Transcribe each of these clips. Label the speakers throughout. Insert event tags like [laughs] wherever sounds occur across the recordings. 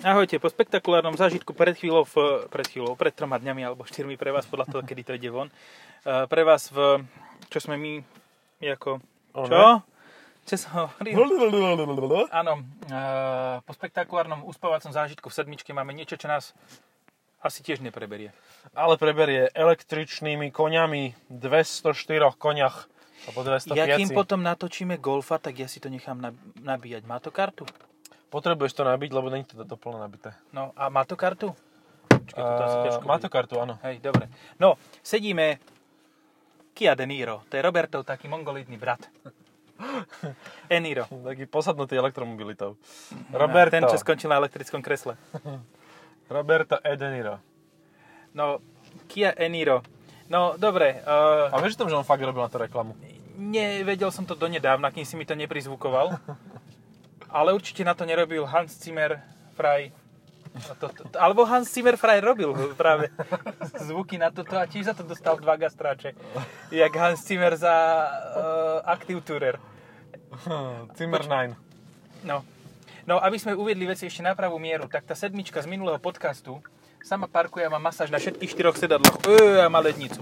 Speaker 1: Ahojte, po spektakulárnom zážitku pred chvíľou, v, pred chvíľou, pred troma dňami alebo štyrmi pre vás, podľa toho, kedy to ide von, eh, pre vás v, čo sme my, ako, čo? Čo som hovoril? Áno, e, po spektakulárnom uspávacom zážitku v sedmičke máme niečo, čo nás asi tiež nepreberie.
Speaker 2: Ale preberie električnými koňami 204 koniach. Alebo 205.
Speaker 1: Ja kým potom natočíme golfa, tak ja si to nechám nab- nabíjať. Má to kartu?
Speaker 2: Potrebuješ to nabiť, lebo není to toto plne nabité.
Speaker 1: No a má to kartu? Počkaj, toto asi
Speaker 2: Uh,
Speaker 1: ťažko
Speaker 2: má
Speaker 1: bude.
Speaker 2: to kartu, áno.
Speaker 1: Hej, dobre. No, sedíme Kia De Niro. To je Robertov taký mongolidný brat. [laughs] Eniro.
Speaker 2: Taký posadnutý elektromobilitou. Roberto.
Speaker 1: Ten, čo skončil na elektrickom kresle.
Speaker 2: Roberto Edeniro.
Speaker 1: No, Kia Eniro. No, dobre.
Speaker 2: A
Speaker 1: Uh,
Speaker 2: vieš o tom, že on fakt robil na to reklamu?
Speaker 1: nevedel som to donedávna, kým si mi to neprizvukoval. Ale určite na to nerobil Hans Zimmer Frey. A To, to, alebo Hans Zimmer Frey robil práve zvuky na toto a tiež za to dostal dva gastráče. Jak Hans Zimmer za uh, Active Tourer.
Speaker 2: Zimmer 9.
Speaker 1: No. No, aby sme uviedli veci ešte na pravú mieru, tak tá sedmička z minulého podcastu sama parkuje a má masáž na všetkých štyroch sedadloch. Ö, a má lednicu.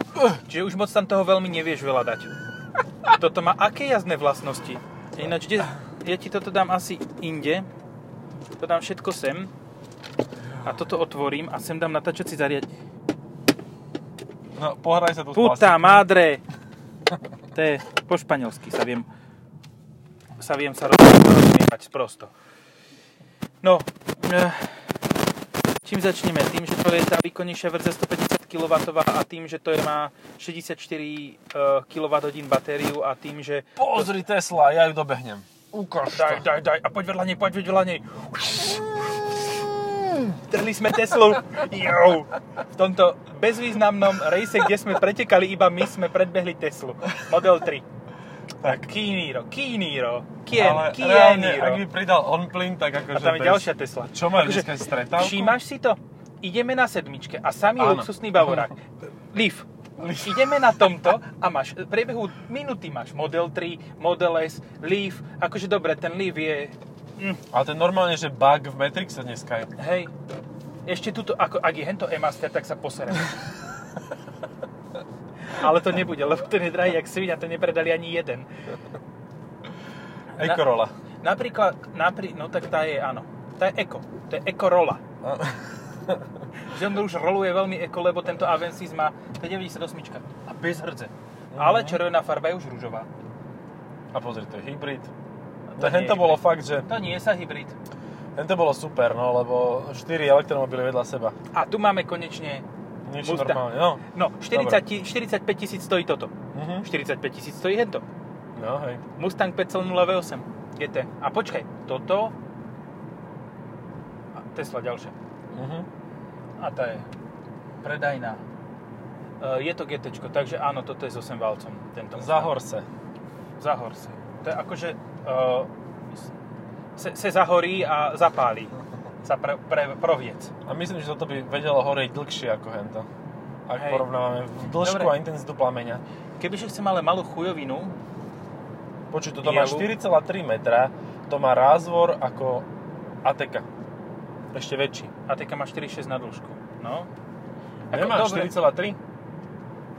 Speaker 1: Čiže už moc tam toho veľmi nevieš veľa dať. [laughs] Toto má aké jazdné vlastnosti? Ináč, kde, ja ti toto dám asi inde. To dám všetko sem. A toto otvorím a sem dám natáčací zariad.
Speaker 2: No, pohraj sa tu
Speaker 1: Puta
Speaker 2: s plastikou.
Speaker 1: madre! To je po španielsky, sa viem, sa viem sa rozmievať prosto. No, eh, čím začneme? Tým, že to je tá výkonnejšia verzia 150 kW a tým, že to je, má 64 kWh batériu a tým, že...
Speaker 2: Pozri Tesla, ja ju dobehnem. Ukáž to.
Speaker 1: Daj, daj, daj, a poď vedľa nej, poď vedľa nej. Trhli sme Teslu. Jau. V tomto bezvýznamnom rejse, kde sme pretekali iba my, sme predbehli Teslu. Model 3.
Speaker 2: Tak.
Speaker 1: Kiniro, Kiniro, Kien,
Speaker 2: Ale reálne, ak mi
Speaker 1: Kieniro.
Speaker 2: pridal on plyn, tak
Speaker 1: A
Speaker 2: akože...
Speaker 1: tam je
Speaker 2: bez-
Speaker 1: ďalšia Tesla.
Speaker 2: Čo majú
Speaker 1: Takže
Speaker 2: dneska stretávku?
Speaker 1: Všímaš si to? Ideme na sedmičke a samý
Speaker 2: Áno.
Speaker 1: luxusný bavorák. Leaf. Ideme na tomto a máš, v priebehu minúty máš Model 3, Model S, Leaf. Akože dobre, ten Leaf je hm.
Speaker 2: Ale to je normálne, že bug v Matrixe dneska je.
Speaker 1: Hej, ešte tuto, ako, ak je hento e-master, tak sa
Speaker 2: [laughs]
Speaker 1: poserem. Ale to nebude, lebo ten je drahý jak svinia, to nepredali ani jeden.
Speaker 2: Ekorola.
Speaker 1: Napríklad, napri, no tak tá je, áno, tá je Eko, to je Eko Rola.
Speaker 2: A-
Speaker 1: [laughs] Že on už roluje veľmi Eko, lebo tento Avensis má to je 98 a bez hrdze.
Speaker 2: Mhm.
Speaker 1: Ale červená farba je už rúžová.
Speaker 2: A pozri, to je hybrid.
Speaker 1: No
Speaker 2: To,
Speaker 1: nie
Speaker 2: hento
Speaker 1: je
Speaker 2: bolo
Speaker 1: hybrid.
Speaker 2: fakt, že...
Speaker 1: To nie je sa hybrid.
Speaker 2: Hento bolo super, no, lebo 4 elektromobily vedľa seba.
Speaker 1: A tu máme konečne,
Speaker 2: Niečo
Speaker 1: Mustang.
Speaker 2: normálne, no.
Speaker 1: no, 40, ti- 45 tisíc stojí toto.
Speaker 2: Mhm.
Speaker 1: 45 tisíc stojí hento.
Speaker 2: No, hej.
Speaker 1: Mustang 5.0 V8 GT. A počkaj, toto... A Tesla ďalšia.
Speaker 2: Mhm.
Speaker 1: A tá je predajná. E, je to GT, takže áno, toto je s 8 valcom. Tento Mustang.
Speaker 2: Zahorse.
Speaker 1: Zahor se. To je akože... E, se, se zahorí a zapálí. Sa pre, pre, proviec.
Speaker 2: A myslím, že toto by vedelo horieť dlhšie ako hento. Ak
Speaker 1: Hej.
Speaker 2: porovnávame dĺžku
Speaker 1: Dobre.
Speaker 2: a intenzitu plameňa.
Speaker 1: Kebyže chcem ale malú chujovinu,
Speaker 2: Počuj, toto má
Speaker 1: Dielu.
Speaker 2: 4,3 metra, to má rázvor ako ATK. Ešte väčší.
Speaker 1: ATK má 4,6 na dĺžku. No.
Speaker 2: Nemá
Speaker 1: dobre.
Speaker 2: 4,3?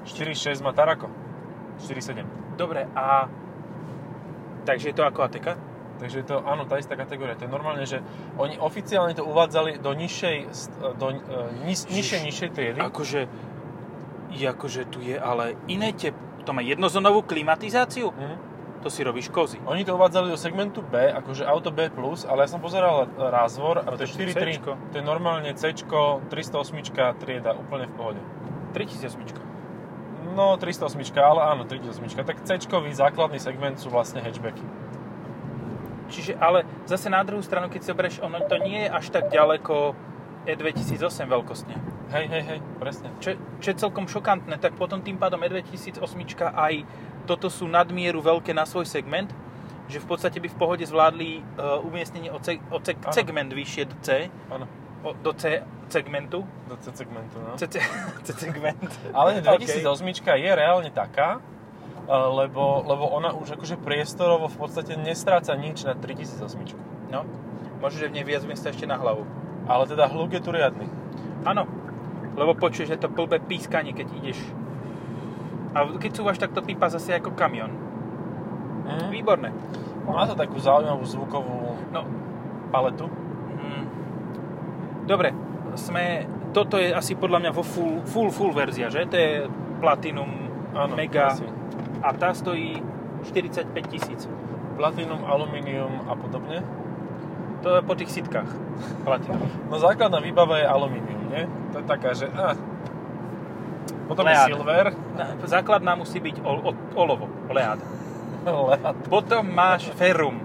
Speaker 2: 4,6 má Tarako. 4,7.
Speaker 1: Dobre, a... Takže je to ako ATK?
Speaker 2: Takže je to, áno, tá istá kategória. To je normálne, že oni oficiálne to uvádzali do nižšej, st- do e, nis, nižšej, nižšej triedy.
Speaker 1: Akože, i akože tu je ale iné tep... To má jednozónovú klimatizáciu?
Speaker 2: Mhm.
Speaker 1: To si robíš kozy.
Speaker 2: Oni to uvádzali do segmentu B, akože auto B+, ale ja som pozeral e, rázvor a to je
Speaker 1: to je
Speaker 2: 4,3.
Speaker 1: C-čko.
Speaker 2: To je normálne C, 308 trieda, úplne v pohode.
Speaker 1: 3008.
Speaker 2: No, 308, ale áno, 308. Tak c základný segment sú vlastne hatchbacky.
Speaker 1: Čiže, ale zase na druhú stranu, keď si obreš, ono to nie je až tak ďaleko E2008 veľkostne.
Speaker 2: Hej, hej, hej, presne.
Speaker 1: Čo, čo je celkom šokantné, tak potom tým pádom E2008 aj toto sú nadmieru veľké na svoj segment, že v podstate by v pohode zvládli uh, umiestnenie o, ce, o ce,
Speaker 2: Áno.
Speaker 1: segment vyššie do C,
Speaker 2: Áno,
Speaker 1: o, do C segmentu.
Speaker 2: do C segmentu, no.
Speaker 1: C, [laughs] C, C segment.
Speaker 2: Ale
Speaker 1: OK.
Speaker 2: 2008 je reálne taká, e, lebo, lebo ona už akože priestorovo v podstate nestráca nič na 3008.
Speaker 1: No, môžeš v nej viac miesta ešte na hlavu.
Speaker 2: Ale teda hluk je tu riadny.
Speaker 1: Áno, lebo počuješ, že to blbé pískanie, keď ideš. A keď súvaš, tak to pípa zase ako kamion.
Speaker 2: Mm.
Speaker 1: Výborné.
Speaker 2: Má to takú zaujímavú zvukovú
Speaker 1: No,
Speaker 2: paletu.
Speaker 1: mm, dobre, sme, toto je asi podľa mňa vo full, full, full verzia, že? To je Platinum
Speaker 2: Áno,
Speaker 1: Mega
Speaker 2: asi.
Speaker 1: a tá stojí 45 tisíc.
Speaker 2: Platinum, aluminium a podobne.
Speaker 1: To je po tých sitkách Platinum.
Speaker 2: No základná výbava je aluminium, nie? To je taká, že... Ah. Potom
Speaker 1: Lead.
Speaker 2: je silver,
Speaker 1: Na- Základná musí byť ol, o, olovo, lead.
Speaker 2: [laughs] lead.
Speaker 1: Potom máš ferrum,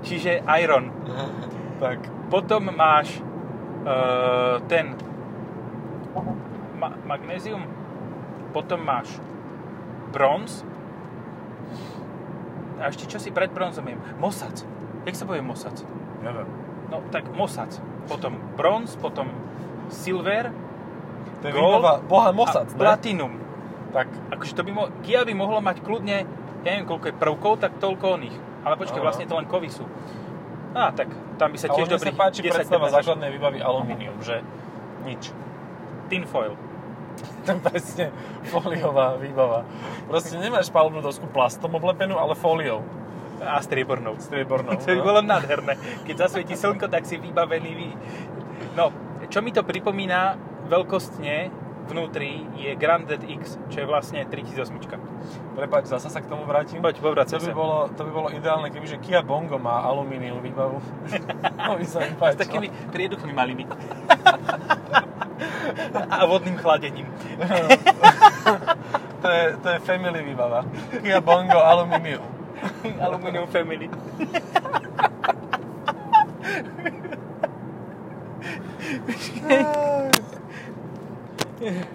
Speaker 1: čiže iron.
Speaker 2: Tak,
Speaker 1: Potom máš uh, ten ma- magnézium, potom máš bronz a ešte čo si pred bronzom je? Mosac. Jak sa povie mosac?
Speaker 2: neviem.
Speaker 1: No tak mosac. Potom bronz, potom silver
Speaker 2: To je
Speaker 1: Gold
Speaker 2: výbava boha Mossad,
Speaker 1: a
Speaker 2: ne?
Speaker 1: platinum.
Speaker 2: Tak,
Speaker 1: Akože to by mo- Kia by mohlo mať kľudne, ja neviem koľko je prvkov, tak toľko oných. Ale počkaj,
Speaker 2: Aha.
Speaker 1: vlastne to len kovy sú. Á, tak tam by sa
Speaker 2: ale
Speaker 1: tiež
Speaker 2: mne sa
Speaker 1: dobrých
Speaker 2: páči
Speaker 1: 10-15
Speaker 2: predstava základnej výbavy aluminium, že nič.
Speaker 1: tinfoil.
Speaker 2: Tam presne fóliová výbava. Proste nemáš palubnú dosku plastom oblepenú, ale fóliou.
Speaker 1: A striebornou.
Speaker 2: Striebornou.
Speaker 1: [laughs] To by
Speaker 2: no.
Speaker 1: bolo nádherné. Keď zasvieti slnko, tak si vybavený. Vy... No, čo mi to pripomína veľkostne vnútri je Grand Dead X, čo je vlastne 3008.
Speaker 2: Prepač, zasa sa k tomu vrátim.
Speaker 1: Poď,
Speaker 2: To
Speaker 1: povracaj
Speaker 2: by,
Speaker 1: sa.
Speaker 2: bolo, to by bolo ideálne, kebyže Kia Bongo má alumínium
Speaker 1: [laughs]
Speaker 2: výbavu. to by sa mi
Speaker 1: S
Speaker 2: páčilo.
Speaker 1: takými prieduchmi malými. [laughs] A vodným chladením. [laughs]
Speaker 2: To je, to je family výbava. Kia Bongo alumínium.
Speaker 1: Aluminium Family.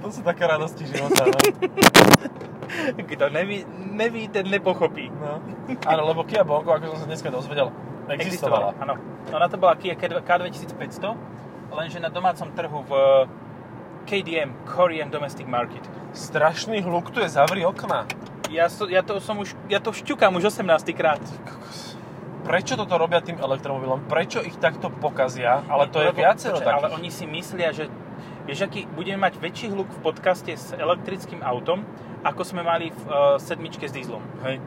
Speaker 2: to sú také radosti života, no.
Speaker 1: Kto neví, neví, ten nepochopí.
Speaker 2: no. Áno, lebo Kia Bongo, ako som sa dneska dozvedel, existovala.
Speaker 1: Áno. Ona to bola Kia K2- K2500, lenže na domácom trhu v eh, KDM, Korean Domestic Market.
Speaker 2: Strašný hluk tu je, zavri okna.
Speaker 1: Ja, so, ja to som už, ja to šťukám už 18 krát.
Speaker 2: Prečo toto robia tým elektromobilom? Prečo ich takto pokazia? Ale to je viacero
Speaker 1: počkaj, Ale
Speaker 2: takých.
Speaker 1: oni si myslia, že vieš, aký, budeme mať väčší hluk v podcaste s elektrickým autom, ako sme mali v uh, sedmičke s dízlom.
Speaker 2: Hej,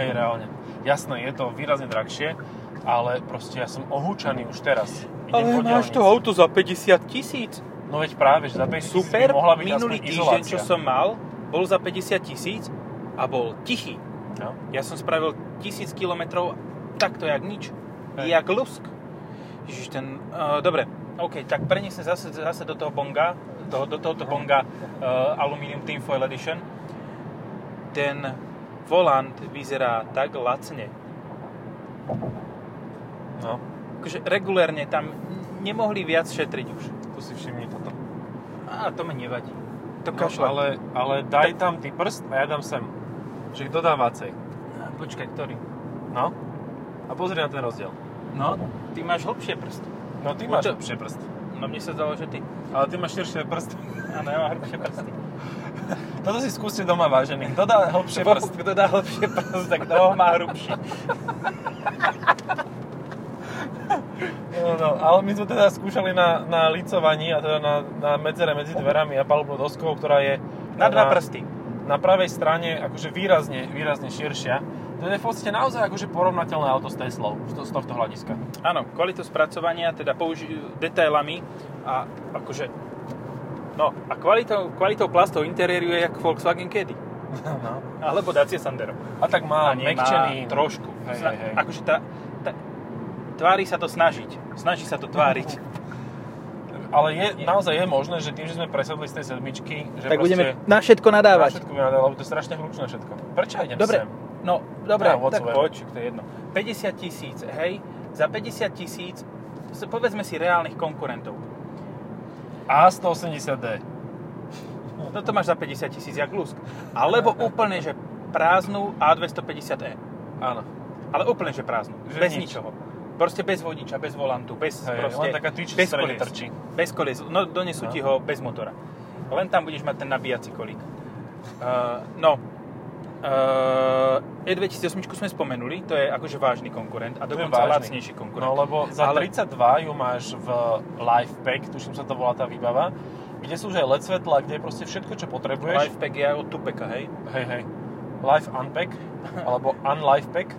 Speaker 2: hej, reálne. Jasné, je to výrazne drahšie, ale proste ja som ohúčaný už teraz. Idem po diaľnici.
Speaker 1: auto za 50 tisíc.
Speaker 2: No veď práve, že za 50
Speaker 1: Super,
Speaker 2: by mohla byť
Speaker 1: minulý
Speaker 2: aspoň
Speaker 1: týždeň,
Speaker 2: izolácia.
Speaker 1: čo som mal, bol za 50 tisíc a bol tichý.
Speaker 2: No.
Speaker 1: Ja som spravil tisíc kilometrov takto jak nič.
Speaker 2: Hej.
Speaker 1: Jak lusk. Ježiš, ten... Uh, dobre, OK, tak preniesme zase, zase do toho bonga, do, do tohoto bonga uh, Aluminium Tinfoil Edition. Ten volant vyzerá tak lacne.
Speaker 2: no,
Speaker 1: Akože regulérne tam nemohli viac šetriť už.
Speaker 2: tu si všimni toto.
Speaker 1: A to mi nevadí. To
Speaker 2: No,
Speaker 1: kašľa.
Speaker 2: ale, ale daj tam ty prst a ja dám sem. Že k dodávacej.
Speaker 1: Počkaj, ktorý?
Speaker 2: No. A pozri na ten rozdiel.
Speaker 1: No, ty máš hlbšie prsty.
Speaker 2: No ty
Speaker 1: máš
Speaker 2: máš lepšie prst.
Speaker 1: No mne sa zdalo, že ty.
Speaker 2: Ale ty máš širšie prsty.
Speaker 1: Áno, ja mám hlbšie prsty.
Speaker 2: Toto si skúste doma, vážený. Kto dá hlbšie prst?
Speaker 1: Kto dá hlbšie prst, tak kto ho má hrubší.
Speaker 2: No, no, ale my sme teda skúšali na, na licovaní, a teda na, na medzere medzi dverami a palubnou doskou, ktorá je teda
Speaker 1: Na
Speaker 2: No.
Speaker 1: dva prsty.
Speaker 2: na pravej strane akože výrazne, výrazne širšia. To je v podstate naozaj akože porovnateľné auto s Teslou z to- z tohto
Speaker 1: [laughs]
Speaker 2: hľadiska.
Speaker 1: Áno, kvalitu spracovania, teda použi- detailami a akože... No, a kvalitou, kvalitou plastov interiéru je jak Volkswagen Caddy.
Speaker 2: No.
Speaker 1: Alebo Dacia Sandero.
Speaker 2: A tak má
Speaker 1: nemá
Speaker 2: No, mekčený...
Speaker 1: trošku.
Speaker 2: Hej,
Speaker 1: Sna-
Speaker 2: hej, hej.
Speaker 1: Akože tá, tá, tvári sa to snažiť. Snaží sa to
Speaker 2: [laughs]
Speaker 1: tváriť.
Speaker 2: Ale je,
Speaker 1: Nie.
Speaker 2: naozaj je možné, že tým, že sme presadli z tej sedmičky, že proste
Speaker 1: na všetko
Speaker 2: na všetko budeme nadávať, lebo to je strašne hlučné všetko. Prečo ja idem
Speaker 1: Dobre,
Speaker 2: sem?
Speaker 1: no, dobre,
Speaker 2: Á,
Speaker 1: tak
Speaker 2: whatsoever.
Speaker 1: poď, to je jedno. 50 tisíc, hej, za 50 tisíc, s- povedzme si reálnych konkurentov.
Speaker 2: A180D.
Speaker 1: No to máš za 50 tisíc, jak lusk. Alebo úplne, že prázdnu A250e.
Speaker 2: Áno.
Speaker 1: Ale úplne, že prázdnu.
Speaker 2: Že
Speaker 1: bez
Speaker 2: nič.
Speaker 1: ničoho. Proste bez vodiča, bez volantu, bez
Speaker 2: Hej,
Speaker 1: proste...
Speaker 2: len taká tyč v
Speaker 1: bez
Speaker 2: strede
Speaker 1: kolies.
Speaker 2: trčí.
Speaker 1: Bez kolies. No, donesú
Speaker 2: No.
Speaker 1: ti ho bez motora. Len tam budeš mať ten nabíjací kolík. Uh, no, Uh, E2008 sme spomenuli, to je akože vážny konkurent a
Speaker 2: To je
Speaker 1: dokonca
Speaker 2: vážny.
Speaker 1: lacnejší konkurent.
Speaker 2: No lebo za
Speaker 1: Ale-
Speaker 2: 32 ju máš v Lifepack, tuším sa to volá tá výbava, kde sú už aj LED svetla, kde je proste všetko, čo potrebuješ.
Speaker 1: Lifepack je aj od Tupeka, hej?
Speaker 2: Hej, hej. Life Unpack, alebo Unlifepack.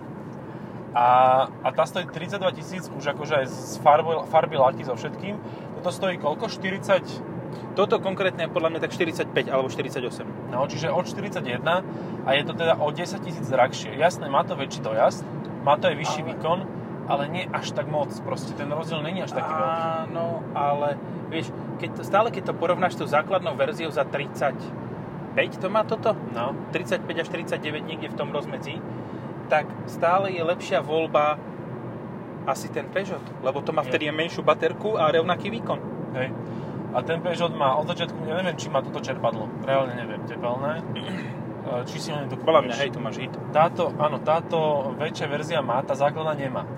Speaker 2: A, a tá stojí 32 tisíc, už akože aj z farby, farby laky so všetkým. Toto stojí koľko? 40
Speaker 1: Toto konkrétne je podľa mňa tak 45 alebo 48.
Speaker 2: No, čiže od 41 a je to teda o 10 tisíc drahšie. Jasné, má to väčší dojazd, má to aj vyšší
Speaker 1: Ale-
Speaker 2: výkon, ale nie až tak moc. Proste ten rozdiel není až taký veľký.
Speaker 1: Áno, no, ale vieš, keď to, stále keď to porovnáš s tou základnou verziou za 35, to má toto?
Speaker 2: No,
Speaker 1: 35 až 39 niekde v tom rozmedzi, tak stále je lepšia voľba asi ten Peugeot, lebo to má
Speaker 2: Je.
Speaker 1: vtedy menšiu baterku a rovnaký výkon.
Speaker 2: hej. A ten Peugeot má od začiatku, ja neviem, či má toto čerpadlo. Reálne neviem, tepelné. E, Či si ho nedokúpiš.
Speaker 1: Podľa mňa, hej, to máš hit.
Speaker 2: Táto, áno, táto väčšia verzia má, tá základná nemá.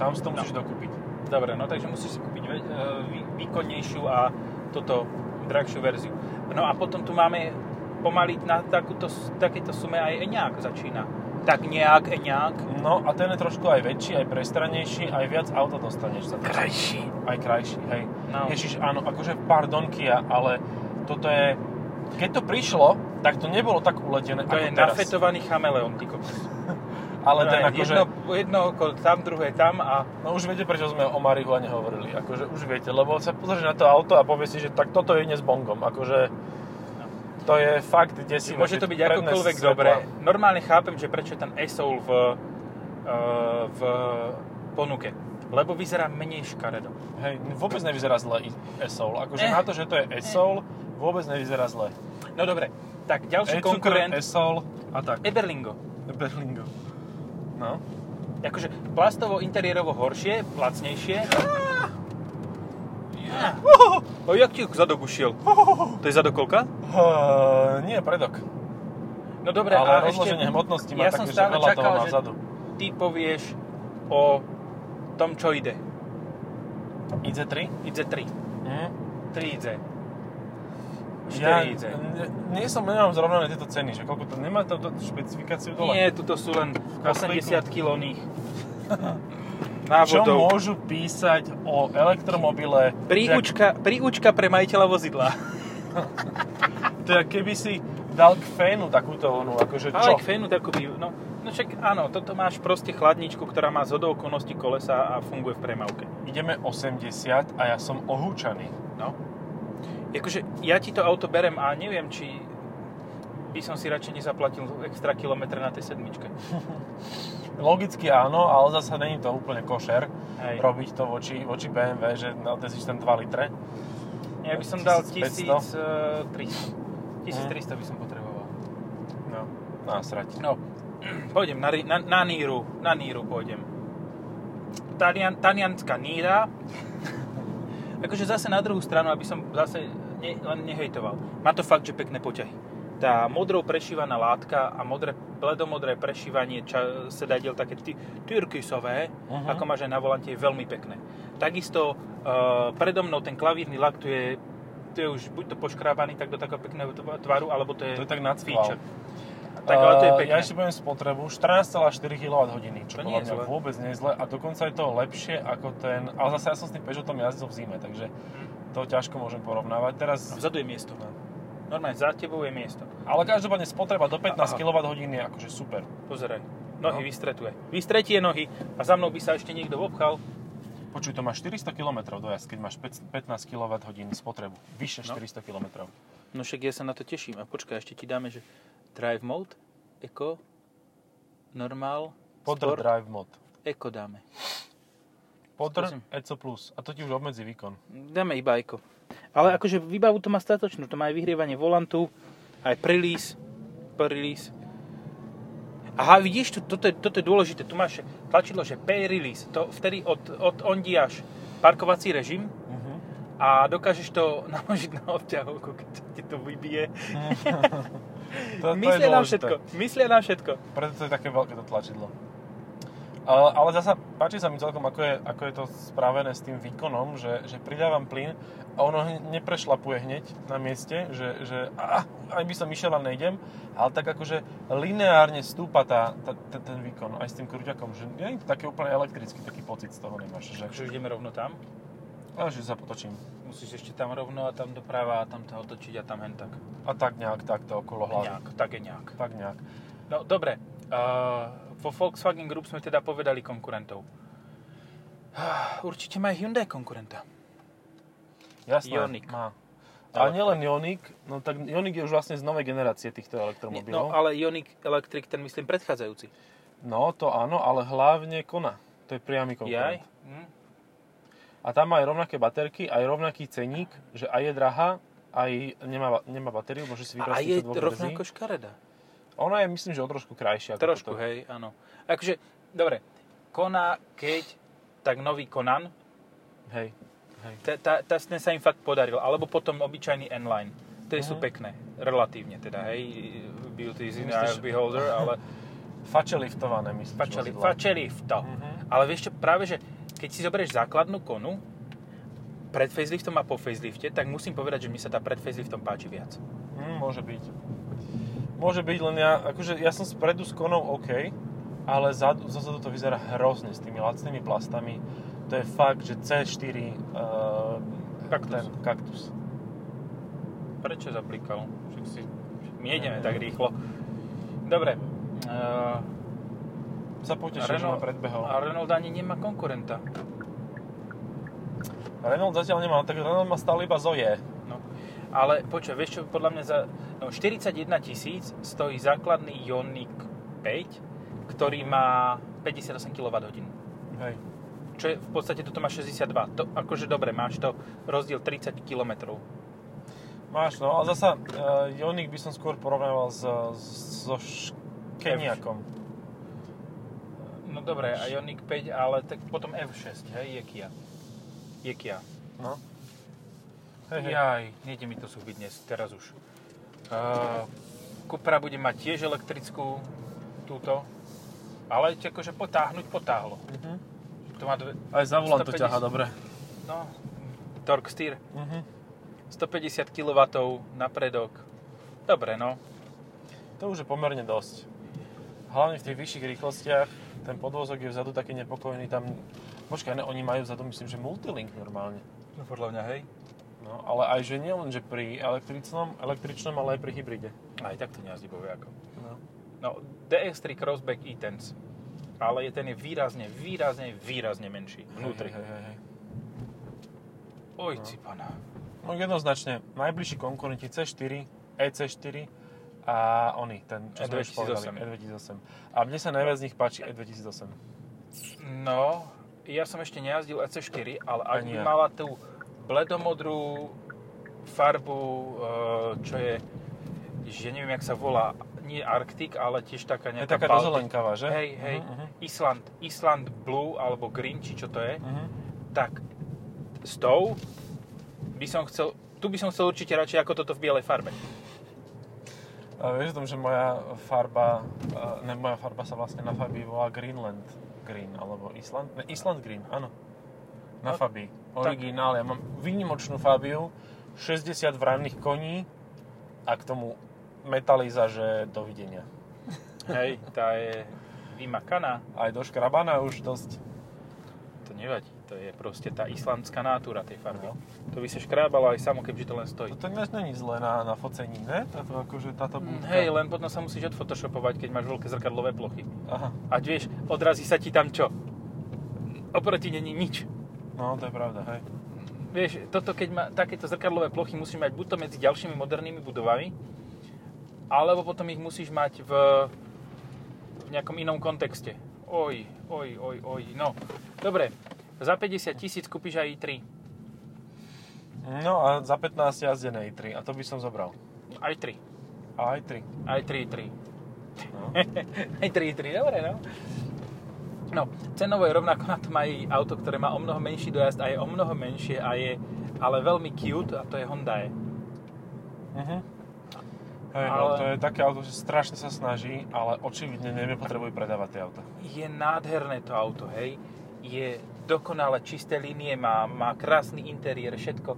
Speaker 2: Tam si to
Speaker 1: No.
Speaker 2: musíš dokúpiť.
Speaker 1: Dobre, no takže musíš si kúpiť ve- e, vý- výkonnejšiu a toto drahšiu verziu. No a potom tu máme pomaly na takúto, takéto sume aj Eňák začína. Tak nejak Eňák.
Speaker 2: No a ten je trošku aj väčší, aj prestranejší, aj viac auta dostaneš za to.
Speaker 1: Krajší.
Speaker 2: Aj krajší, hej.
Speaker 1: No.
Speaker 2: Ježiš, áno, akože pardon Kia, ale toto je... Keď to prišlo, tak to nebolo tak uletené
Speaker 1: To
Speaker 2: ako
Speaker 1: je
Speaker 2: teraz.
Speaker 1: nafetovaný chameleon, ty kokos.
Speaker 2: Ale
Speaker 1: No,
Speaker 2: ten
Speaker 1: je
Speaker 2: akože...
Speaker 1: jedno, jedno oko tam, druhé tam a
Speaker 2: No už viete, prečo sme o marihuane hovorili. Akože už viete, lebo sa pozrieš na to auto a povie si, že tak toto je iné s bongom. Akože... To je fakt desivé.
Speaker 1: môže to
Speaker 2: tie
Speaker 1: byť
Speaker 2: predné
Speaker 1: akokoľvek
Speaker 2: svetlá.
Speaker 1: dobré. Normálne chápem, že prečo je ten e-soul v, e, v ponuke. Lebo vyzerá menej škaredo.
Speaker 2: Hej, vôbec nevyzerá zle i- e-soul. Akože
Speaker 1: Eh.
Speaker 2: na to, že to je e-soul, vôbec nevyzerá zle.
Speaker 1: No dobre, tak ďalší
Speaker 2: E-cukor,
Speaker 1: konkurent Eh.
Speaker 2: e-soul a tak.
Speaker 1: Eberlingo.
Speaker 2: Berlingo. No.
Speaker 1: Akože plastovo, interiérovo horšie, lacnejšie.
Speaker 2: Ah!
Speaker 1: Yeah.
Speaker 2: Uhuh!
Speaker 1: O, jak ti zadok ušiel? To je zadokolka?
Speaker 2: Uh, nie, predok.
Speaker 1: No dobre,
Speaker 2: Ale
Speaker 1: a ešte...
Speaker 2: rozloženie hmotnosti má
Speaker 1: ja som
Speaker 2: také, že
Speaker 1: stále
Speaker 2: veľa toho
Speaker 1: čakal,
Speaker 2: má
Speaker 1: že
Speaker 2: vzadu.
Speaker 1: ty povieš o tom, čo ide.
Speaker 2: IZ3?
Speaker 1: Ide 3.
Speaker 2: Mhm.
Speaker 1: Eh. 3 ide. 4
Speaker 2: Ja
Speaker 1: ide.
Speaker 2: ne, nie som, nemám zrovnané tieto ceny, že koľko to nemá to, to špecifikáciu dole.
Speaker 1: Nie, tuto sú len
Speaker 2: Kaslíku.
Speaker 1: 80
Speaker 2: [laughs]
Speaker 1: kiloných
Speaker 2: Čo
Speaker 1: návodov.
Speaker 2: môžu písať o elektromobile?
Speaker 1: Príučka, príučka pre majiteľa vozidla.
Speaker 2: To je, keby si dal k fénu takúto onu, akože
Speaker 1: Ale
Speaker 2: čo?
Speaker 1: k fénu tak by... No, no však áno, toto máš proste chladničku, ktorá má zhodou okolností kolesa a funguje v premávke.
Speaker 2: Ideme 80 a ja som ohúčaný.
Speaker 1: No. Akože ja ti to auto berem a neviem, či by som si radšej nezaplatil extra kilometre na tej sedmičke.
Speaker 2: Logicky áno, ale zasa není to úplne košer
Speaker 1: Hej.
Speaker 2: robiť to voči, voči BMW, že na no, tam 2 litre.
Speaker 1: Ja by som
Speaker 2: No,
Speaker 1: dal eh, 1300.
Speaker 2: 1500. Mhm.
Speaker 1: 1300 by som potreboval.
Speaker 2: No, násrať.
Speaker 1: No, pôjdem na, ri- na, na Níru, na Níru pôjdem. Talian, talianská Níra. [laughs] akože zase na druhú stranu, aby som zase ne, len nehejtoval. Má to fakt, že pekné poťahy. Tá modrou prešívaná látka a modré, bledomodré prešívanie ča, sedadiel také ty, tyrkysové,
Speaker 2: Mhm.
Speaker 1: ako máš aj na volante, je veľmi pekné. Takisto uh, predo mnou ten klavírny lak, tu je, tu je už buď to poškrábaný tak do takého pekného tva- tvaru, alebo to je,
Speaker 2: To je tak nad
Speaker 1: feature. Tak ale to je
Speaker 2: Eh,
Speaker 1: pekné.
Speaker 2: Ja ešte budem spotrebu 14,4 kWh,
Speaker 1: To
Speaker 2: čo
Speaker 1: nie
Speaker 2: podľa
Speaker 1: je
Speaker 2: mňa
Speaker 1: zle.
Speaker 2: vôbec nie je zle a dokonca je to lepšie ako ten, ale zase ja som s tým Peugeotom jazdil v zime, takže
Speaker 1: Mhm.
Speaker 2: to ťažko môžem porovnávať teraz.
Speaker 1: A Vzadu je miesto. Normálne, za tebou je miesto.
Speaker 2: Ale každopádne spotreba do 15
Speaker 1: Aha.
Speaker 2: kWh je akože super.
Speaker 1: Pozeraj. Nohy
Speaker 2: No.
Speaker 1: vystretuje. Vystretie nohy a za mnou by sa ešte niekto obchal.
Speaker 2: Počuj, to máš 400 km dojazd, keď máš 5 15 kWh spotrebu. Vyše
Speaker 1: No.
Speaker 2: 400 km.
Speaker 1: No však ja sa na to teším. A počkaj, ešte ti dáme, že drive mode, eco, normál,
Speaker 2: Podr
Speaker 1: sport,
Speaker 2: Drive Mod.
Speaker 1: eco dáme.
Speaker 2: Podr
Speaker 1: Skúsim.
Speaker 2: ECO Plus. A to ti už obmedzí výkon.
Speaker 1: Dáme iba eco. Ale akože výbavu to má statočnú. To má aj vyhrievanie volantu, aj prilís, prilís. Aha, vidíš, tu, toto, je, toto je dôležité. Tu máš tlačidlo, že pay release. To vtedy od, od ondiaš parkovací režim, a dokážeš to [laughs] naložiť na obťahovku, keď ti to vybije.
Speaker 2: To, to je
Speaker 1: Myslia na
Speaker 2: dôležité.
Speaker 1: všetko, myslia na všetko.
Speaker 2: Preto to je také veľké to tlačidlo. Ale, ale zasa páči sa mi celkom, ako je, ako je to spravené s tým výkonom, že, že pridávam plyn a ono hne- neprešlapuje hneď na mieste, že, že á, aj by som išiel a nejdem, ale tak akože lineárne stúpa tá, tá, ten, ten výkon aj s tým kruťakom, že nie je to také úplne elektrický taký pocit z toho nemáš, že,
Speaker 1: Takže už ideme rovno tam.
Speaker 2: a že sa potočím.
Speaker 1: Musíš ešte tam rovno a tam doprava a tam to otočiť a tam hen tak.
Speaker 2: A tak nejak takto okolo hlavy.
Speaker 1: Nejak, tak je nejak.
Speaker 2: Tak nejak.
Speaker 1: No dobre, uh, vo Volkswagen Group sme teda povedali konkurentov. [sighs] Ah, Určite má aj Hyundai konkurenta.
Speaker 2: Jasné.
Speaker 1: Ioniq.
Speaker 2: Má.
Speaker 1: Ale-
Speaker 2: Ale nielen Ioniq, no tak Ioniq je už vlastne z novej generácie týchto
Speaker 1: Nie, No
Speaker 2: elektromobilov.
Speaker 1: ale Ioniq Electric, ten myslím predchádzajúci.
Speaker 2: No, to áno, ale hlavne Kona. To je priamy konkurent.
Speaker 1: Jaj? Hm?
Speaker 2: A tam má aj rovnaké baterky, aj rovnaký ceník, že aj je drahá, aj nemá, ba- nemá batériu, môže si
Speaker 1: A
Speaker 2: vybrať z
Speaker 1: je
Speaker 2: týchto dvoch
Speaker 1: rovnako
Speaker 2: verzií.
Speaker 1: škareda.
Speaker 2: Ona je, myslím, že o trošku krajšia. ako
Speaker 1: Trošku,
Speaker 2: toto.
Speaker 1: hej, áno. Akože, dobre, Kona, keď, tak nový Konan,
Speaker 2: Hej. hej.
Speaker 1: tá, tá, tá, ten sa im fakt podaril. Alebo potom obyčajný N-Line. Tie sú
Speaker 2: Mhm.
Speaker 1: pekné, relatívne teda, hej. Beauty is in the eye of
Speaker 2: Myslíš-
Speaker 1: beholder, ale
Speaker 2: Fače liftované, myslím.
Speaker 1: fačeli,
Speaker 2: vozidlá.
Speaker 1: fačeli v to.
Speaker 2: Mhm.
Speaker 1: Ale vieš čo, práve že keď si zoberieš základnú konu, pred faceliftom a po facelifte, tak musím povedať, že mi sa tá pred faceliftom páči viac.
Speaker 2: Mm, môže byť. Môže byť, len ja, akože ja som spredu s konou OK, ale zadu, zadu to vyzerá hrozne s tými lacnými plastami. To je fakt, že C4 uh,
Speaker 1: Kaktus.
Speaker 2: Ten, kaktus.
Speaker 1: Prečo zaplikal? Však si... My nejdeme tak rýchlo. Dobre. Uh,
Speaker 2: Sa potešil, Eh, že ma predbehol.
Speaker 1: a Renault ani nemá konkurenta.
Speaker 2: Renault zatiaľ nemá, tak Renault má stále iba Zoe.
Speaker 1: No. Ale počkaj, vieš čo, podľa mňa za no, 41 tisíc stojí základný Ioniq 5, ktorý má 58 kWh.
Speaker 2: Hej.
Speaker 1: Čo je v podstate, toto má 62. To, akože dobre, máš to rozdiel 30 km.
Speaker 2: Máš, no, ale zasa uh, Ioniq by som skôr porovnával s, s, so Škeniakom.
Speaker 1: No dobre, a Ioniq 5, ale tak potom F6, hej, je Kia. Je Kia.
Speaker 2: No. Hej, hej.
Speaker 1: Jaj, nejde mi to súbiť dnes, teraz už. Uh, Cupra bude mať tiež elektrickú túto, ale ti akože potáhnuť potáhlo.
Speaker 2: Mhm.
Speaker 1: To má dve,
Speaker 2: Aj za volant to
Speaker 1: 150.
Speaker 2: ťaha, dobre.
Speaker 1: no, torque steer,
Speaker 2: Mhm.
Speaker 1: 150 kW na predok. Dobre, no.
Speaker 2: To už je pomerne dosť. Hlavne v tých vyšších rýchlostiach, ten podvozok je vzadu taký nepokojný, tam... Počkaj, ne, oni majú vzadu, myslím, že multilink normálne.
Speaker 1: No podľa mňa, hej.
Speaker 2: No, ale aj že nie len, že pri električnom, električnom, ale aj pri hybride.
Speaker 1: Aj tak to nejazdí ako.
Speaker 2: No.
Speaker 1: No, DX3 Crossback E-Tense. Ale je ten je výrazne, výrazne, výrazne menší. Vnútri.
Speaker 2: Hej, hej, hej.
Speaker 1: Oj,
Speaker 2: No.
Speaker 1: cipana.
Speaker 2: No jednoznačne, najbližší konkurenti C4, EC4 a oni, ten, čo sme už
Speaker 1: E2008.
Speaker 2: povedali, E2008. A mne sa najviac z nich páči E E2008.
Speaker 1: No, ja som ešte nejazdil EC4, ale ak
Speaker 2: Ani
Speaker 1: by
Speaker 2: ja.
Speaker 1: mala tú bledomodrú farbu, e, čo je, že neviem, jak sa volá, nie Arctic, ale tiež taká
Speaker 2: Je
Speaker 1: nejaká
Speaker 2: taká
Speaker 1: Baltic-
Speaker 2: rozelenkavá, že?
Speaker 1: Hej, hej,
Speaker 2: Uh-huh,
Speaker 1: Island, Island Blue alebo Green, či čo to je,
Speaker 2: uh-huh.
Speaker 1: tak s tou by som chcel, tu by som chcel určite radšej ako toto v bielej farbe.
Speaker 2: A vieš o tom, že moja farba, eh, ne, moja farba sa vlastne na Fabii volá Greenland Green, alebo Island, ne, Island Green, áno. Na
Speaker 1: No,
Speaker 2: Fabii, originál, ja mám výnimočnú Fabiu, 60 vranných koní a k tomu metaliza, že dovidenia.
Speaker 1: Hej, tá je vymakaná,
Speaker 2: Aj do škrabana už dosť.
Speaker 1: to nevadí, to je proste tá islandská nátura tej farby.
Speaker 2: No.
Speaker 1: To by sa škrábalo aj samo, keďže to len stojí.
Speaker 2: Toto No ináč není zlé na, na focení, ne? Táto, akože
Speaker 1: Mm,
Speaker 2: táto búbka.
Speaker 1: Hej, len potom sa musíš odphotoshopovať, keď máš veľké zrkadlové plochy.
Speaker 2: Aha,
Speaker 1: A vieš, odrazí sa ti tam čo? Oproti není nič.
Speaker 2: no to je pravda, hej.
Speaker 1: Vieš, toto keď má takéto zrkadlové plochy, musíš mať buď to medzi ďalšími modernými budovami, alebo potom ich musíš mať v, v nejakom inom kontexte. Oj, oj, oj, oj, no. Dobre, za 50 tisíc kúpiš aj i3.
Speaker 2: No a za 15 jazdené i3, a to by som zobral.
Speaker 1: Aj 3.
Speaker 2: A aj 3.
Speaker 1: Aj 3, 3.
Speaker 2: No.
Speaker 1: [laughs] Aj 3, 3, dobre, no. No, cenovo je rovnako na tom aj auto, ktoré má o mnoho menší dojazd a je o mnoho menšie a je ale veľmi cute a to je Honda E.
Speaker 2: Mhm. Hej, ale...
Speaker 1: Ale-
Speaker 2: no, to je také auto, že strašne sa snaží, ale očividne nevie, potrebuje predávať tie auta.
Speaker 1: Je nádherné to auto, hej. Je dokonale čisté linie, má, má krásny interiér, všetko.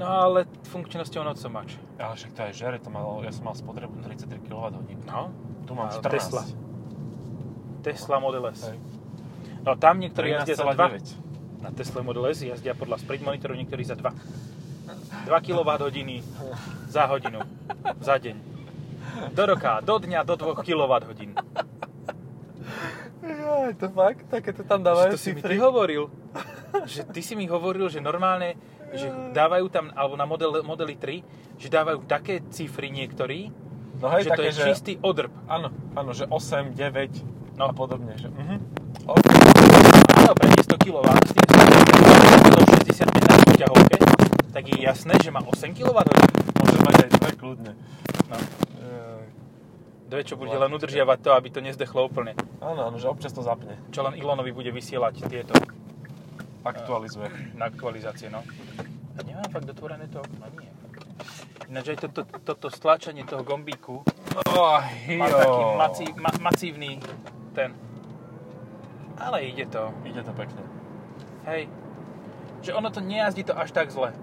Speaker 1: No ale funkčnosťou nocomač.
Speaker 2: Ale však to aj žere, to malo, ja som mal spotrebu 33 kWh.
Speaker 1: No,
Speaker 2: Tu mám
Speaker 1: Ale
Speaker 2: 14.
Speaker 1: Tesla. Tesla Model S.
Speaker 2: Hej.
Speaker 1: No tam niektorí jazdia za 2.
Speaker 2: 13,9.
Speaker 1: Na Tesla Model S jazdia podľa Sprint monitoru niektorí za 2. 2 kWh za hodinu, za deň. Do roka, do dňa, do 2 kWh.
Speaker 2: Jaj, to fakt, také to tam
Speaker 1: Že to si mi ty hovoril. Že ty si mi hovoril, že normálne, že dávajú tam, alebo na model, modely 3, že dávajú také cifry niektorí,
Speaker 2: No hej,
Speaker 1: že to
Speaker 2: také,
Speaker 1: je čistý odrb.
Speaker 2: Áno, áno, že 8, 9
Speaker 1: No.
Speaker 2: no. a podobne. Že, mhm.
Speaker 1: Dobre, je 100 kW, s tým že to 60 metrov v ťahovke, tak je jasné, že má 8 kW.
Speaker 2: Môže mať aj dve kľudne.
Speaker 1: No,
Speaker 2: Jaj.
Speaker 1: dve, čo bude len udržiavať to, aby to nezdechlo úplne.
Speaker 2: Áno, áno, že občas to zapne.
Speaker 1: Čo len Ilonovi bude vysielať tieto
Speaker 2: Aktualizuje.
Speaker 1: na aktualizácie, no. Nemám fakt otvorené to okno, nie. Ináč aj toto to, to, to stláčanie toho gombíku,
Speaker 2: Oh,
Speaker 1: Má taký maci, ma, macívny ten. Ale ide to.
Speaker 2: Ide to pekne.
Speaker 1: Hej. Že ono to nejazdí to až tak zle.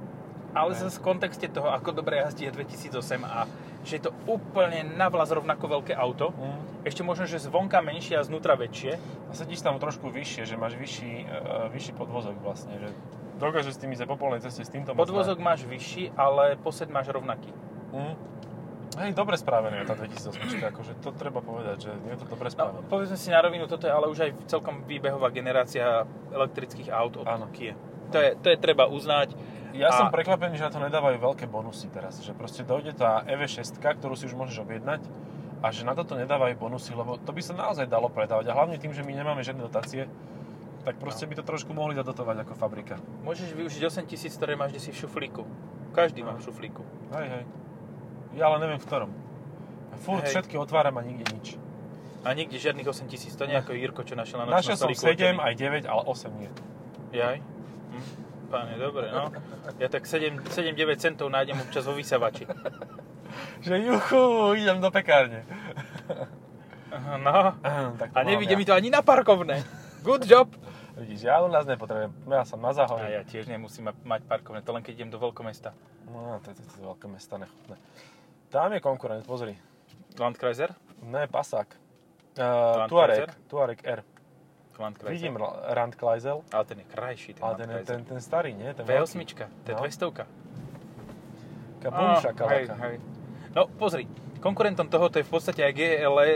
Speaker 1: Ale
Speaker 2: Hej.
Speaker 1: zase v kontexte toho, ako dobre jazdí je 2008 a že je to úplne navlas rovnako veľké auto.
Speaker 2: Mm.
Speaker 1: Ešte možno, že zvonka menšie a znútra väčšie.
Speaker 2: A sedíš tam trošku vyššie, že máš vyšší, e, e, vyšší podvozok vlastne, že dokážeš s tým ísť aj po polnej ceste s týmto moc
Speaker 1: Podvozok máš vyšší, ale posed máš rovnaký.
Speaker 2: ne. Mm. Hej, dobre správené je tá 2008, akože to treba povedať, že je to dobre
Speaker 1: No,
Speaker 2: správené.
Speaker 1: povedzme si na rovinu, toto je ale už aj celkom výbehová generácia elektrických aut od
Speaker 2: Áno.
Speaker 1: Kia. To je, to je treba uznať.
Speaker 2: Ja
Speaker 1: A-
Speaker 2: som prekvapený, že na to nedávajú veľké bonusy teraz, že proste dojde tá EV6, ktorú si už môžeš objednať a že na toto nedávajú bonusy, lebo to by sa naozaj dalo predávať a hlavne tým, že my nemáme žiadne dotácie, tak proste by to trošku mohli zadotovať ako fabrika.
Speaker 1: Môžeš využiť 8000, ktoré máš desi v šuflíku. Každý má
Speaker 2: Aha.
Speaker 1: v šuflíku.
Speaker 2: Hej, hej. Ja ale neviem v ktorom. Furt
Speaker 1: Hej.
Speaker 2: všetky otváram a nikde nič.
Speaker 1: A nikde žiadnych 8000, to nie ako Jirko, čo našiel na nočnom
Speaker 2: Našiel som 7, aj 9, ale 8 nie.
Speaker 1: Jaj? Hm. Páne, dobre, no. Ja tak 7-9 centov nájdem občas vo vysavači.
Speaker 2: Že juchu, idem do pekárne.
Speaker 1: Aha, No.
Speaker 2: tak
Speaker 1: A nevidie
Speaker 2: mám
Speaker 1: mi to ani na parkovné. Good job.
Speaker 2: Ja. Vidíš, ja u nás nepotrebujem, ja som na
Speaker 1: A
Speaker 2: záhore.
Speaker 1: ja tiež nemusím ma- mať parkovné, to len keď idem do veľkomesta.
Speaker 2: No, to je to, to, je veľké mesta nechutné. Tam je konkurent, pozri.
Speaker 1: Landkreiser?
Speaker 2: Ne, pasák.
Speaker 1: Land
Speaker 2: Uh, Tuareg, Tuareg R.
Speaker 1: Landkreiser.
Speaker 2: Vidím Ra- Rand Kleisel,
Speaker 1: Ale ten je krajší, ten
Speaker 2: ale ten, je- ten,
Speaker 1: Landkreiser.
Speaker 2: ten starý, nie? Ten
Speaker 1: V8,
Speaker 2: veľký.
Speaker 1: to je
Speaker 2: No.
Speaker 1: 200.
Speaker 2: Kabúša,
Speaker 1: Á, hej,
Speaker 2: kalaka.
Speaker 1: hej. No pozri, konkurentom tohoto je v podstate aj E GLE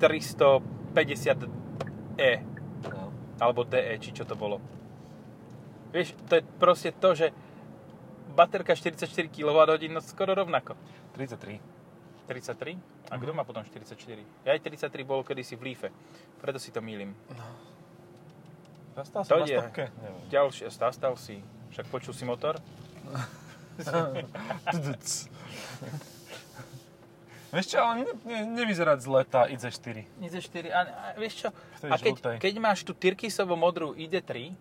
Speaker 1: 350e
Speaker 2: No.
Speaker 1: E, alebo DE, či čo to bolo. Vieš, to je proste to, že baterka 44 kWh, no skoro rovnako.
Speaker 2: 33.
Speaker 1: 33? A
Speaker 2: Mhm.
Speaker 1: kto má potom 44? Ja aj 33 bol kedysi v Lífe, preto si to mýlim.
Speaker 2: Zastal
Speaker 1: To
Speaker 2: som na
Speaker 1: je.
Speaker 2: stopke. [laughs] Neviem.
Speaker 1: Ďalšie, zastal si, však počul si motor?
Speaker 2: Tuduc. Vieš čo, ale ne, ne, nevyzerá zle tá IC4.
Speaker 1: Nic 4, a, a vieš čo?
Speaker 2: tej
Speaker 1: A keď,
Speaker 2: žltej.
Speaker 1: keď máš tú tyrkisovo modrú ID3,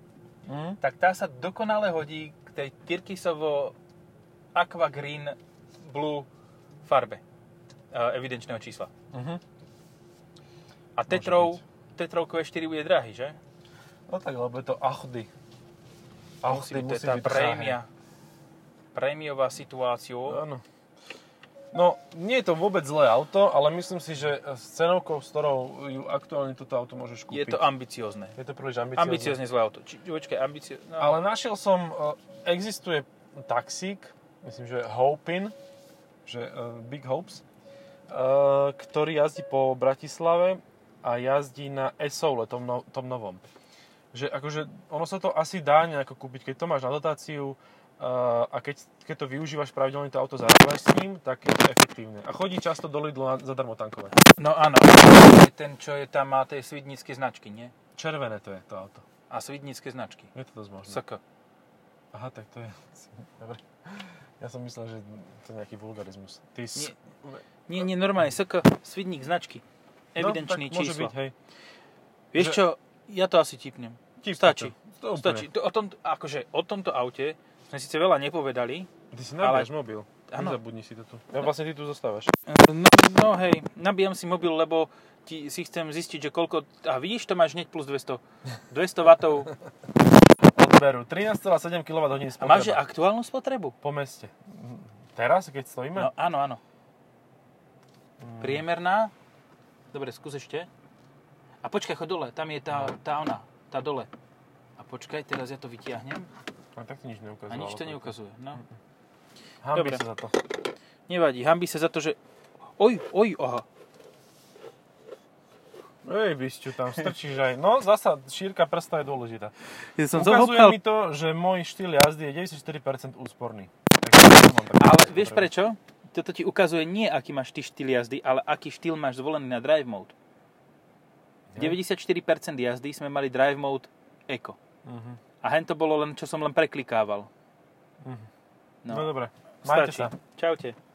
Speaker 2: Mm?
Speaker 1: tak tá sa dokonale hodí k tej Tyrkisovo Aqua Green Blue farbe e, evidenčného čísla.
Speaker 2: Mhm.
Speaker 1: A Tetrov, Tetrov Q4 bude drahý, že?
Speaker 2: No tak, lebo je to Audi.
Speaker 1: musí byť to je tá prémia. Prémiová situácia.
Speaker 2: Áno. No, nie je to vôbec zlé auto, ale myslím si, že s cenovkou, s ktorou ju aktuálne toto auto môžeš
Speaker 1: Je
Speaker 2: kúpiť.
Speaker 1: to ambiciozne.
Speaker 2: je to príliš ambiciozne.
Speaker 1: Ambiciozne zlé auto. Či, počkaj, ambicio... No,
Speaker 2: Ale našiel som, e, existuje taxík, myslím, že Hopin, že e, Big Hopes, e, ktorý jazdí po Bratislave a jazdí na Esoule, tom, no, tom novom. Že akože, ono sa to asi dá nejako kúpiť, keď to máš na dotáciu e, a keď, keď to využívaš pravidelne to auto zároveň s ním, tak je to efektívne. A chodí často do Lidlu na, zadarmo tankovať.
Speaker 1: no áno. To je Ten, čo je tam, má tie svidnické značky, nie?
Speaker 2: Červené to je to auto.
Speaker 1: A svidnické značky.
Speaker 2: Je to dosť možné.
Speaker 1: SK.
Speaker 2: Aha, tak to je... Dobre. Ja som myslel, že to je nejaký vulgarizmus. Ty s... No,
Speaker 1: Nie, Nie, nie, normálne SK, svidník značky. Evidenčný
Speaker 2: no, tak môže
Speaker 1: číslo.
Speaker 2: Byť, hej.
Speaker 1: Vieš
Speaker 2: Že-
Speaker 1: čo, ja to asi tipnem.
Speaker 2: Ti
Speaker 1: Stačí.
Speaker 2: To, to
Speaker 1: Stačí. To, o, tom, akože, o tomto aute sme síce veľa nepovedali,
Speaker 2: Ty si nabíjaš mobil.
Speaker 1: Áno.
Speaker 2: Nezabudni si to tu. Ja vlastne ty tu zostávaš.
Speaker 1: No, no hej, nabíjam si mobil, lebo ti, si chcem zistiť, že koľko... A vidíš, to máš hneď plus 200. 200 W.
Speaker 2: Odberu 13,7 kWh
Speaker 1: A
Speaker 2: spotreba.
Speaker 1: máš že aktuálnu spotrebu?
Speaker 2: Po meste. Mm. Teraz, keď stojíme?
Speaker 1: No áno, áno. Priemerná. Dobre, skús ešte. A počkaj, chod dole, tam je tá, tá ona, tá dole. A počkaj, teraz ja to vytiahnem.
Speaker 2: A tak ti nič neukazovalo.
Speaker 1: A nič to neukazuje. No. Dobre.
Speaker 2: Hambí sa za to.
Speaker 1: Nevadí, hambí sa za to, že... Oj, oj, aha.
Speaker 2: Ej, bysťu, tam strčíš aj. No, zasa šírka prsta je dôležitá.
Speaker 1: Ja som
Speaker 2: Ukazuje
Speaker 1: zohopkal.
Speaker 2: mi to, že môj štýl jazdy je 94% úsporný. Takže nemám takú
Speaker 1: Ale
Speaker 2: spotrebu.
Speaker 1: vieš prečo? Toto ti ukazuje nie, aký máš ty štýl jazdy, ale aký štýl máš zvolený na drive mode.
Speaker 2: Ja.
Speaker 1: 94% jazdy sme mali drive mode eco.
Speaker 2: Mhm.
Speaker 1: A hen to bolo len, čo som len preklikával.
Speaker 2: Mhm. No,
Speaker 1: No,
Speaker 2: dobre. Majte
Speaker 1: stačí.
Speaker 2: sa.
Speaker 1: Čaute.